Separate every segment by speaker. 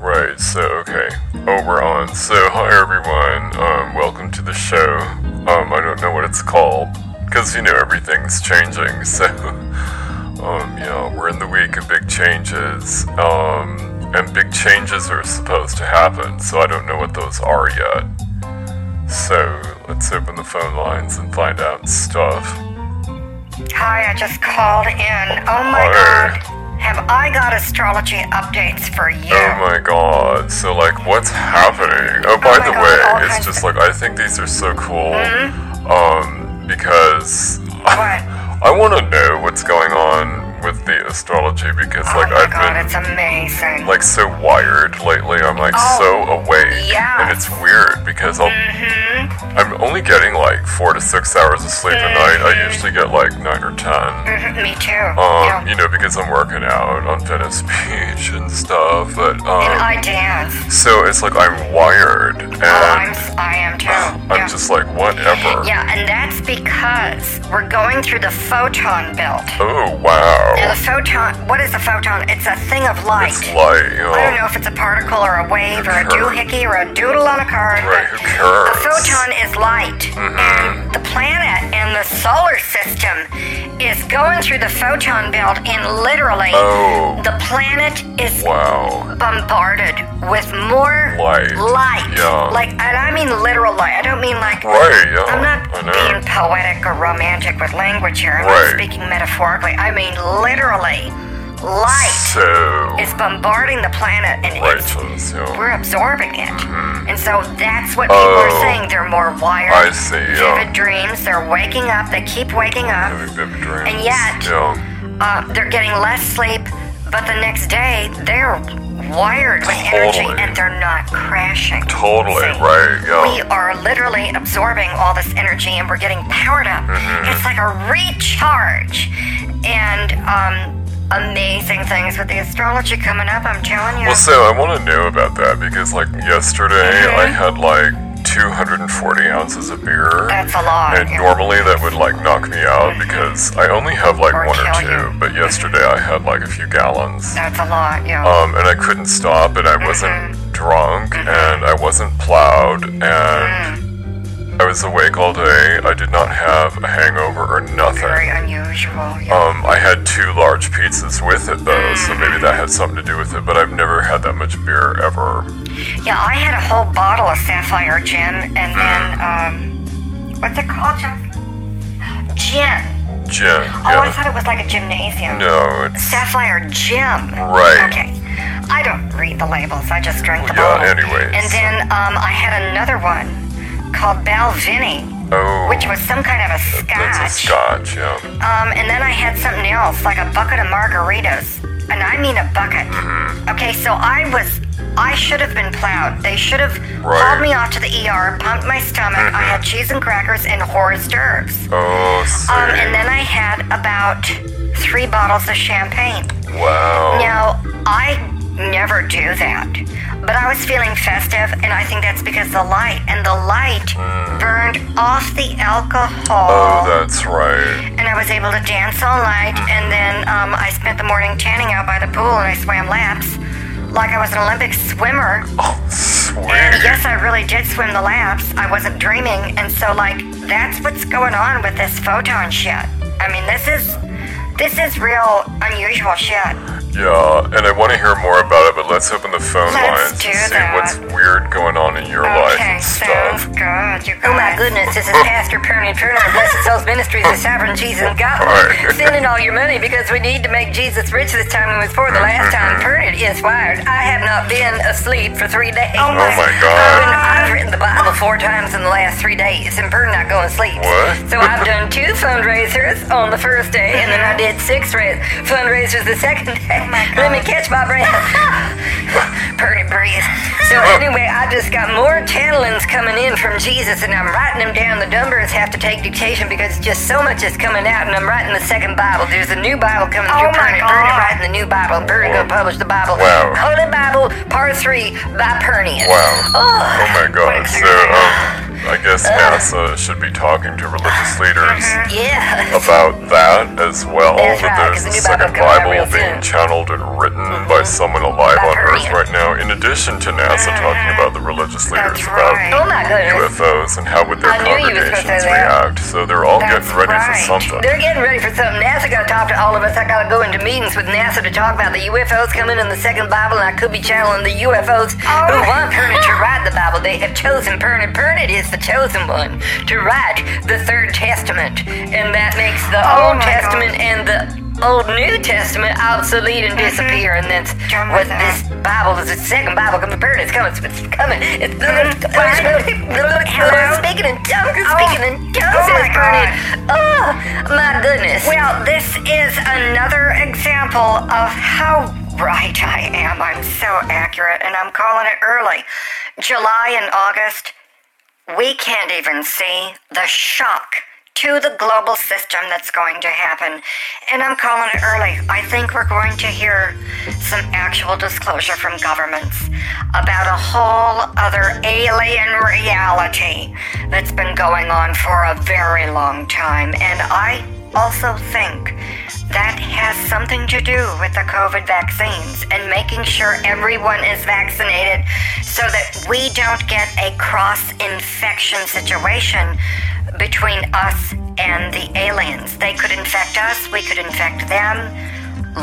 Speaker 1: right, so okay. Oh, we're on. So, hi everyone. Um, welcome to the show. Um, I don't know what it's called because you know everything's changing. So, um, yeah, we're in the week of big changes. Um, and big changes are supposed to happen. So I don't know what those are yet. So let's open the phone lines and find out stuff.
Speaker 2: Hi, I just called in. Oh my
Speaker 1: Hi.
Speaker 2: god. Have I got astrology updates for you?
Speaker 1: Oh my god. So, like, what's happening? Oh, by
Speaker 2: my
Speaker 1: the
Speaker 2: God, all
Speaker 1: way, it's
Speaker 2: kinds Mm-hmm.
Speaker 1: just like, I think these are so cool. Um, because
Speaker 2: What?
Speaker 1: I want to know what's going on with the astrology because,
Speaker 2: oh
Speaker 1: like,
Speaker 2: my
Speaker 1: I've
Speaker 2: god,
Speaker 1: been,
Speaker 2: it's amazing.
Speaker 1: like, so wired lately. I'm, like,
Speaker 2: Oh,
Speaker 1: so awake.
Speaker 2: yeah. Mm-hmm.
Speaker 1: And it's weird because I'll, I'm only getting, like, four to six hours of sleep a night. I usually get, like, nine or ten.
Speaker 2: Mhm, Me too.
Speaker 1: Um,
Speaker 2: yeah.
Speaker 1: you know, because I'm working out on Venice Beach and stuff, but, um...
Speaker 2: And I dance.
Speaker 1: So it's like I'm wired and
Speaker 2: Oh, I'm,
Speaker 1: I'm,
Speaker 2: I am too. yeah.
Speaker 1: just like, whatever.
Speaker 2: yeah, and that's because we're going through the photon belt.
Speaker 1: Oh,
Speaker 2: Now,
Speaker 1: wow.
Speaker 2: the photon, what is a photon? It's a thing of light.
Speaker 1: It's oh, light. you
Speaker 2: I don't
Speaker 1: know.
Speaker 2: know if it's a particle or a wave or a
Speaker 1: Sure.
Speaker 2: doohickey or a doodle on a card.
Speaker 1: Right,
Speaker 2: but
Speaker 1: who cares?
Speaker 2: A photon is light.
Speaker 1: Mm-hmm.
Speaker 2: And the planet and the solar system is going through the photon belt, and literally,
Speaker 1: Oh,
Speaker 2: the planet is
Speaker 1: wow.
Speaker 2: bombarded with more
Speaker 1: Light.
Speaker 2: light.
Speaker 1: Yeah.
Speaker 2: Like, and I mean literal light. I don't mean like.
Speaker 1: Right, yeah.
Speaker 2: I'm not
Speaker 1: I
Speaker 2: being
Speaker 1: know.
Speaker 2: poetic or romantic with language here. I'm not
Speaker 1: Right.
Speaker 2: speaking metaphorically. I mean literally, light is
Speaker 1: So,
Speaker 2: bombarding the planet, and it's
Speaker 1: righteous, you know.
Speaker 2: we're absorbing it. And so that's what people
Speaker 1: Mm-hmm. Oh.
Speaker 2: are saying. They're more wired.
Speaker 1: I see, yeah.
Speaker 2: Vivid dreams. They're waking up. They keep waking up.
Speaker 1: Having vivid dreams.
Speaker 2: And yet-
Speaker 1: Yeah.
Speaker 2: Uh, they're getting less sleep, but the next day they're wired with energy
Speaker 1: Totally.
Speaker 2: and they're not crashing.
Speaker 1: Totally,
Speaker 2: See,
Speaker 1: right, yeah.
Speaker 2: We are literally absorbing all this energy and we're getting powered up.
Speaker 1: Mm-hmm.
Speaker 2: It's like a recharge. And um, amazing things with the astrology coming up, I'm telling you.
Speaker 1: Well, so I want to know about that because, like, yesterday
Speaker 2: Uh-huh.
Speaker 1: I had like 240 ounces of beer.
Speaker 2: That's a lot.
Speaker 1: And
Speaker 2: yeah.
Speaker 1: normally that would like knock me out because I only have like
Speaker 2: Or
Speaker 1: one or
Speaker 2: kill
Speaker 1: two,
Speaker 2: you.
Speaker 1: but yesterday I had like a few gallons.
Speaker 2: That's a lot, yeah.
Speaker 1: um, and I couldn't stop, and I
Speaker 2: Mm-hmm.
Speaker 1: wasn't drunk, and I wasn't plowed, and
Speaker 2: Mm.
Speaker 1: I was awake all day. I did not have a hangover or
Speaker 2: Very
Speaker 1: nothing.
Speaker 2: unusual, yeah.
Speaker 1: Um, I had two large pizzas with it though, so
Speaker 2: Mm.
Speaker 1: maybe that had something to do with it. But I've never had that much beer ever.
Speaker 2: Yeah, I had a whole bottle of sapphire gin and
Speaker 1: Hmm.
Speaker 2: then, um, what's it called? Jeff? Gin.
Speaker 1: Gin,
Speaker 2: Oh, I
Speaker 1: yeah.
Speaker 2: thought it was like a gymnasium.
Speaker 1: No, it's
Speaker 2: Sapphire Gym.
Speaker 1: Right.
Speaker 2: Okay. I don't read the labels, I just drink the
Speaker 1: yeah.
Speaker 2: bottle.
Speaker 1: Anyways,
Speaker 2: And then um, I had another one called Balvenie,
Speaker 1: oh,
Speaker 2: which was some kind of a
Speaker 1: that's a
Speaker 2: scotch.
Speaker 1: scotch. Yeah,
Speaker 2: Um, and then I had something else, like a bucket of margaritas. And I mean a bucket.
Speaker 1: Mm-hmm.
Speaker 2: Okay, so I was, I should have been plowed. They should have
Speaker 1: Right. Mm-hmm.
Speaker 2: hauled me off to the ER, pumped my stomach. I had cheese and crackers and hors d'oeuvres.
Speaker 1: oh,
Speaker 2: Um,
Speaker 1: same.
Speaker 2: and then I had about three bottles of champagne.
Speaker 1: wow.
Speaker 2: Now, I never do that. But I was feeling festive, and I think that's because the light. And the light burned off the alcohol.
Speaker 1: Mm. Oh, that's right.
Speaker 2: and I was able to dance all night. And then um, I spent the morning tanning out by the pool, and I swam laps like I was an Olympic swimmer.
Speaker 1: Oh, sweet.
Speaker 2: And yes, I really did swim the laps. I wasn't dreaming. And so, like, that's what's going on with this photon shit. I mean, this is this is real unusual shit.
Speaker 1: Yeah, and I want to hear more about it, but let's open the phone
Speaker 2: Let's
Speaker 1: lines
Speaker 2: do
Speaker 1: and see
Speaker 2: that.
Speaker 1: what's weird going on in your life and
Speaker 2: Okay,
Speaker 1: stuff.
Speaker 2: sounds good. You oh my goodness, this is Pastor Perny Turner of Blessed Souls Ministries of Sovereign Jesus and God.
Speaker 1: Right.
Speaker 2: Send in all your money because we need to make Jesus rich this time and was for the last
Speaker 1: Mm-hmm.
Speaker 2: time. Perny is wired. I have not been asleep for three days. Oh
Speaker 1: my- my God.
Speaker 2: I've written the Bible four times in the last three days and Perny not going to sleep.
Speaker 1: What?
Speaker 2: So I've done two fundraisers on the first day and then I did six ra- fundraisers the second day. Let me catch Oh my breath. Pretty breathe. So
Speaker 3: Oh.
Speaker 2: anyway, I just got more tantalins coming in from Jesus, and I'm writing them down. The numbers have to take dictation because just so much is coming out, and I'm writing the second Bible. There's a new Bible coming
Speaker 3: Oh
Speaker 2: through.
Speaker 3: my
Speaker 2: Perney, Perney
Speaker 3: God.
Speaker 2: writing the new Bible. Perney gonna publish the Bible.
Speaker 1: Wow.
Speaker 2: Holy Bible, Part Three by Perney.
Speaker 1: Wow.
Speaker 2: Oh,
Speaker 1: Oh my god.
Speaker 2: Wait,
Speaker 1: So, um, I guess NASA should be talking to religious leaders
Speaker 3: Yeah.
Speaker 1: about that as well.
Speaker 3: That's
Speaker 1: that
Speaker 3: right,
Speaker 1: there's
Speaker 3: 'cause
Speaker 1: a
Speaker 3: the new
Speaker 1: second
Speaker 3: Bible's coming out
Speaker 1: Bible
Speaker 3: real
Speaker 1: being
Speaker 3: soon.
Speaker 1: channeled and written by someone alive
Speaker 3: By
Speaker 1: on Earth
Speaker 3: Maria.
Speaker 1: right now, in addition to NASA talking about the religious leaders
Speaker 2: That's
Speaker 1: about
Speaker 2: right.
Speaker 3: Oh my goodness.
Speaker 1: UFOs and how would their
Speaker 3: I knew you was gonna
Speaker 1: congregations
Speaker 3: say that.
Speaker 1: react. So they're all
Speaker 2: That's
Speaker 1: getting ready
Speaker 2: right.
Speaker 1: for something.
Speaker 3: They're getting ready for something. NASA got to talk to all of us. I got to go into meetings with NASA to talk about the UFOs coming in the second Bible, and I could be channeling the UFOs who
Speaker 2: Oh.
Speaker 3: want Perna to write the Bible. They have chosen Perna. Perna is the chosen one to write the Third Testament, and that makes the
Speaker 2: Oh
Speaker 3: Old
Speaker 2: my
Speaker 3: Testament and the Old New Testament obsolete and disappear, and that's
Speaker 2: John
Speaker 3: what
Speaker 2: was out.
Speaker 3: this Bible is. The second Bible coming. Perna is coming. It's coming. It's
Speaker 2: Mm-hmm. Hello?
Speaker 3: speaking in tongues.
Speaker 2: Oh.
Speaker 3: Speaking in tongues.
Speaker 2: Oh my
Speaker 3: is Perna.
Speaker 2: God.
Speaker 3: Oh, my goodness.
Speaker 2: Well, this is another example of how right I am. I'm so accurate, and I'm calling it early. July and August, we can't even see the shock to the global system that's going to happen. And I'm calling it early. I think we're going to hear some actual disclosure from governments about a whole other alien reality that's been going on for a very long time. And I also think that has something to do with the COVID vaccines and making sure everyone is vaccinated so that we don't get a cross infection situation between us and the aliens. They could infect us, we could infect them.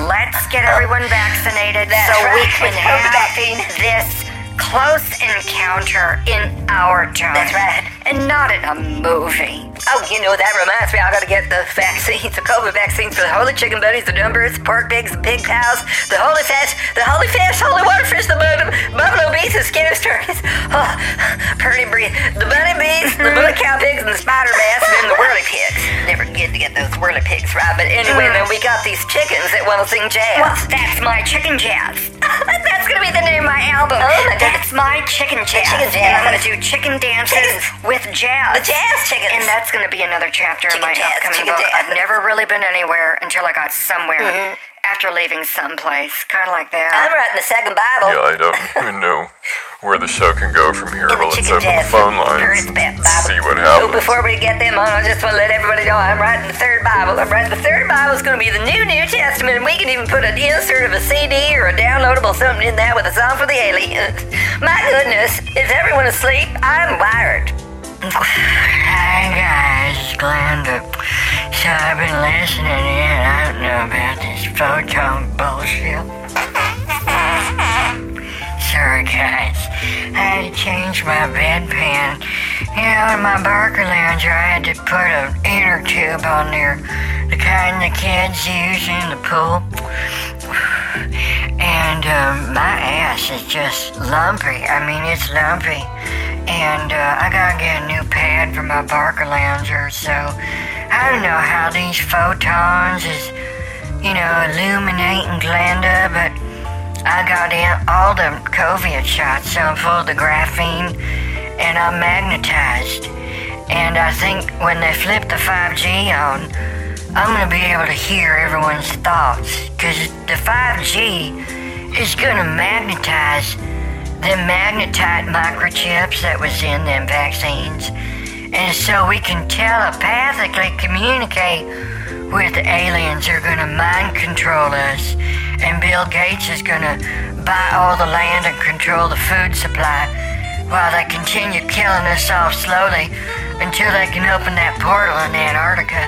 Speaker 2: Let's get everyone vaccinated so we
Speaker 3: right,
Speaker 2: can
Speaker 3: with
Speaker 2: have
Speaker 3: COVID vaccine.
Speaker 2: this close encounter in our time.
Speaker 3: That's right.
Speaker 2: And not in a movie.
Speaker 3: Oh, you know, that reminds me, I gotta get the vaccines, the COVID vaccines for the holy chicken bunnies, the numbers, pork pigs, the pig cows, the holy fish, the holy fish, holy water fish, the bun- buffalo bees, the skinless turkeys, oh, pretty breathe, the bunny bees, the bunny cow pigs, and the spider bass, and then the whirly pigs. Never get to get those whirly pigs right, but anyway, then we got these chickens that wanna sing jazz.
Speaker 2: Well, that's my chicken jazz. that's gonna be the name of my album.
Speaker 3: Oh, my
Speaker 2: that's my chicken jazz.
Speaker 3: chicken jazz.
Speaker 2: And I'm gonna do chicken dances
Speaker 3: Chickens.
Speaker 2: with jazz.
Speaker 3: The jazz chickens.
Speaker 2: And that's gonna be another chapter in
Speaker 3: Chicken
Speaker 2: my
Speaker 3: jazz,
Speaker 2: upcoming
Speaker 3: chicken
Speaker 2: book.
Speaker 3: jazz.
Speaker 2: I've
Speaker 3: Mm-hmm.
Speaker 2: never really been anywhere until I got somewhere after leaving someplace, kind of like
Speaker 3: I'm
Speaker 2: that.
Speaker 3: writing the second Bible.
Speaker 1: Yeah, I don't even know where the show can go from here. Well, let's
Speaker 3: chicken
Speaker 1: open the
Speaker 3: jazz.
Speaker 1: phone lines
Speaker 3: Birds,
Speaker 1: and
Speaker 3: bat, Bible.
Speaker 1: see what
Speaker 3: So
Speaker 1: happens.
Speaker 3: Oh, before we get them on, I just want to let everybody know I'm writing the third Bible. I'm writing the third Bible. It's going to be the new New Testament, and we can even put an insert of a CD or a downloadable something in there with a song for the aliens. My goodness, is everyone asleep? I'm wired.
Speaker 2: Hi guys, Glenda. So I've been listening in. I don't know about this photon bullshit. Sorry, guys. I had to change my bedpan. You know, in my Barker Lounge, I had to put an inner tube on there, the kind the kids use in the pool. And um, my ass is just lumpy. I mean, it's lumpy. And uh, I gotta get a new pad for my Barker Lounger. So I don't know how these photons is, you know, illuminating Glenda, but I got in all the COVID shots, so I'm full of the graphene, and I'm magnetized. And I think when they flip the 5G on, I'm gonna be able to hear everyone's thoughts, because the 5G is gonna magnetize the magnetite microchips that was in them vaccines. And so we can telepathically communicate with the aliens who are going to mind control us. And Bill Gates is going to buy all the land and control the food supply while they continue killing us off slowly until they can open that portal in Antarctica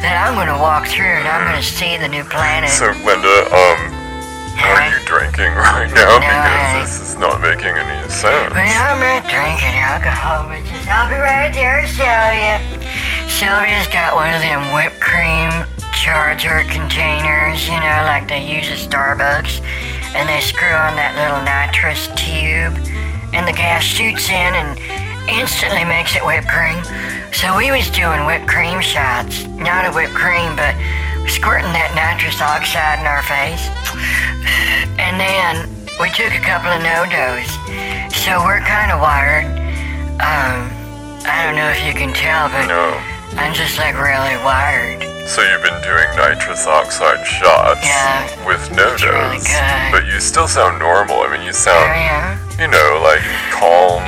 Speaker 2: that I'm going to walk through and I'm going to see the new planet.
Speaker 1: So, Linda, um, are you drinking right now?
Speaker 2: I-
Speaker 1: Because this is not making any sense.
Speaker 2: Well, I'm not drinking alcohol, but just I'll be right there, Sylvia. Sylvia's got one of them whipped cream charger containers, you know, like they use at Starbucks, and they screw on that little nitrous tube, and the gas shoots in and instantly makes it whipped cream. So we was doing whipped cream shots, not a whipped cream, but squirting that nitrous oxide in our face. And then we took a couple of no-dos. So we're kind of wired. Um, I don't know if you can tell, but
Speaker 1: No.
Speaker 2: I'm just like really wired.
Speaker 1: So you've been doing nitrous oxide shots
Speaker 2: Yeah.
Speaker 1: with no dose,
Speaker 2: really good.
Speaker 1: but you still sound
Speaker 2: Oh,
Speaker 1: normal. I mean, you
Speaker 2: There
Speaker 1: sound,
Speaker 2: I am.
Speaker 3: Ah.
Speaker 1: you know, like calm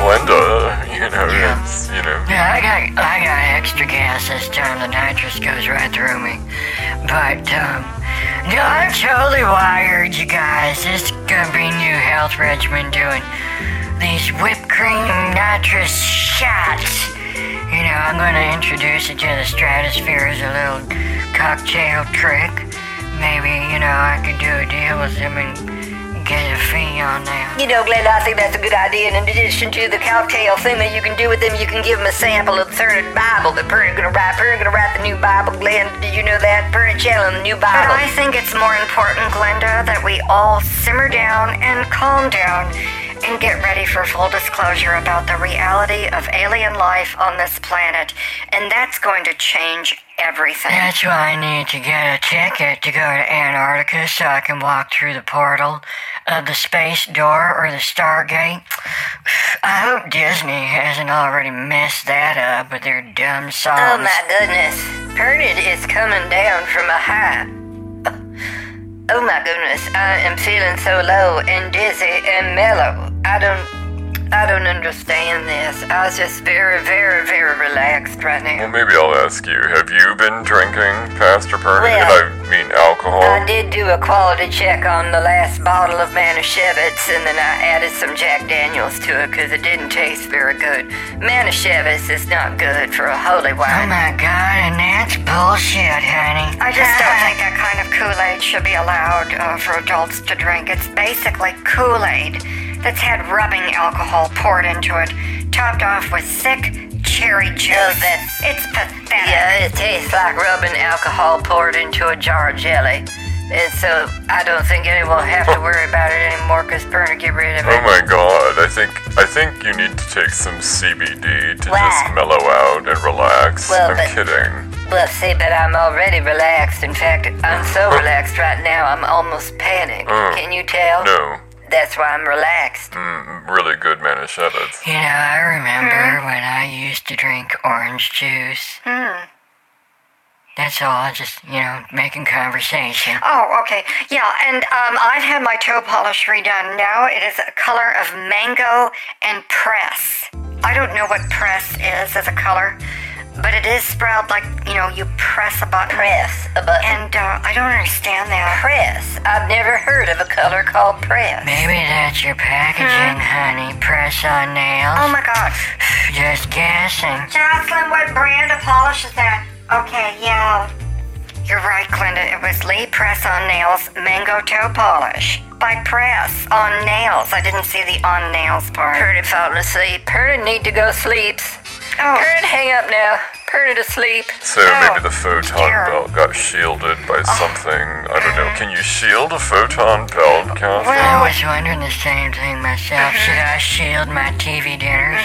Speaker 1: Glenda. You You know,
Speaker 2: Yeah.
Speaker 1: it's, you know,
Speaker 2: Yeah, I got I got extra gas this time. The nitrous goes right through me. But um, no, I'm totally wired, you guys. This is gonna be new health regimen doing these whipped cream nitrous shots. You know, I'm gonna introduce it to the stratosphere as a little cocktail trick. Maybe you know I could do a deal with them and get a fee on that.
Speaker 3: You know, Glenda, I think that's a good idea. And in addition to the cocktail thing that you can do with them, you can give them a sample of the third Bible that Pern's gonna write. Pern's gonna write the new Bible. Glenda, did you know that? Pern Chellen, the new
Speaker 2: But
Speaker 3: Bible.
Speaker 2: I think it's more important, Glenda, that we all simmer down and calm down and get ready for full disclosure about the reality of alien life on this planet. And that's going to change everything. That's why I need to get a ticket to go to Antarctica so I can walk through the portal of the space door or the Stargate. I hope Disney hasn't already messed that up with their dumb songs.
Speaker 3: Oh my goodness. Pernod is coming down from a high. Oh my goodness, I am feeling so low and dizzy and mellow. I don't I don't understand this. I was just very, very, very relaxed right
Speaker 1: well,
Speaker 3: now.
Speaker 1: maybe I'll ask you. Have you been drinking, Pastor Perny? I
Speaker 3: Well,
Speaker 1: mean, alcohol.
Speaker 3: I did do a quality check on the last bottle of Manischewitz and then I added some Jack Daniels to it because it didn't taste very good. Manischewitz is not good for a holy
Speaker 2: Oh
Speaker 3: wine.
Speaker 2: my god, and that's bullshit, honey. I just don't think that kind of Kool Aid should be allowed uh, for adults to drink. It's basically Kool Aid that's had rubbing alcohol poured into it, topped off with sick cherry juice.
Speaker 3: that's-
Speaker 2: it's pathetic.
Speaker 3: Yeah, it tastes like rubbing alcohol poured into a jar of jelly. And so I don't think anyone will have to worry about it anymore because Burner get rid of
Speaker 1: Oh
Speaker 3: it.
Speaker 1: my god, I think I think you need to take some CBD to
Speaker 3: Why?
Speaker 1: just mellow out and relax.
Speaker 3: Well,
Speaker 1: I'm
Speaker 3: but-
Speaker 1: kidding.
Speaker 3: Well, see, but I'm already relaxed. In fact, I'm so relaxed right now, I'm almost panicked.
Speaker 1: Mm.
Speaker 3: Can you tell?
Speaker 1: No,
Speaker 3: That's why I'm relaxed.
Speaker 1: mm, really good manischewitz.
Speaker 2: You know, I remember
Speaker 4: Hmm?
Speaker 2: when I used to drink orange juice. Hmm. That's all, just, you know, making conversation.
Speaker 4: Oh, okay. Yeah, and um, I've had my toe polish redone. Now it is a color of mango and press. I don't know what press is as a color, but it is spelled like, you know, you press a button.
Speaker 3: Press a button.
Speaker 4: And uh, I don't understand that.
Speaker 3: press. I've never heard of a color called press.
Speaker 2: Maybe that's your packaging, honey. Press on nails.
Speaker 4: Hmm? Oh my god.
Speaker 2: Just guessing.
Speaker 4: Jocelyn, what brand of polish is that? Okay, yeah. You're right, Glenda. It was Lee Press on Nails Mango Toe Polish. By Press on Nails. I didn't see the on nails part.
Speaker 3: Pernod falling asleep. Pernod need to go sleeps.
Speaker 4: Oh,
Speaker 3: Pernod hang up now. Pernod asleep.
Speaker 1: So maybe the photon
Speaker 4: dear.
Speaker 1: belt got shielded by something. I don't know. Can you shield a photon belt, Catherine?
Speaker 2: I was wondering the same thing myself.
Speaker 4: Mm-hmm.
Speaker 2: Should I shield my TV dinners?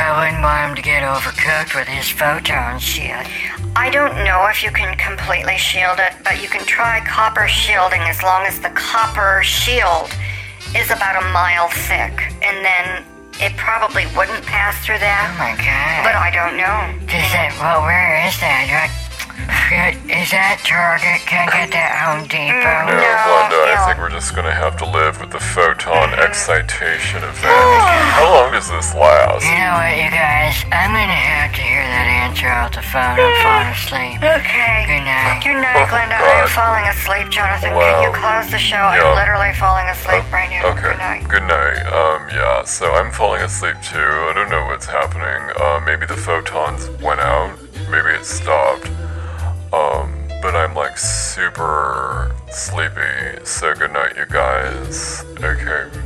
Speaker 2: I wouldn't want him to get overcooked with his photon shit.
Speaker 4: I don't know if you can completely shield it, but you can try copper shielding as long as the copper shield is about a mile thick. And then it probably wouldn't pass through
Speaker 2: Oh
Speaker 4: that,
Speaker 2: my god.
Speaker 4: but I don't know.
Speaker 2: Does that, well, where is that? Do I- Is that Target? Can I get that Home Depot?
Speaker 1: No,
Speaker 4: No,
Speaker 1: Blenda, I
Speaker 4: no.
Speaker 1: think we're just gonna have to live with the photon excitation event. How long does this last?
Speaker 2: You know what, you guys? I'm gonna have to hear that answer off the phone. I'm falling asleep.
Speaker 4: Mm. Okay.
Speaker 2: Good night.
Speaker 4: Good night,
Speaker 1: Oh,
Speaker 4: Glenda. I am
Speaker 1: God.
Speaker 4: falling asleep, Jonathan.
Speaker 1: Wow.
Speaker 4: Can you close the show?
Speaker 1: Yeah.
Speaker 4: I'm literally falling asleep right now.
Speaker 1: Oh,
Speaker 4: Good
Speaker 1: Okay.
Speaker 4: night.
Speaker 1: Good night. Um, yeah, so I'm falling asleep too. I don't know what's happening. Uh, maybe the photons went out. Maybe it stopped. Um, but I'm like super sleepy. So good night, you guys. Okay.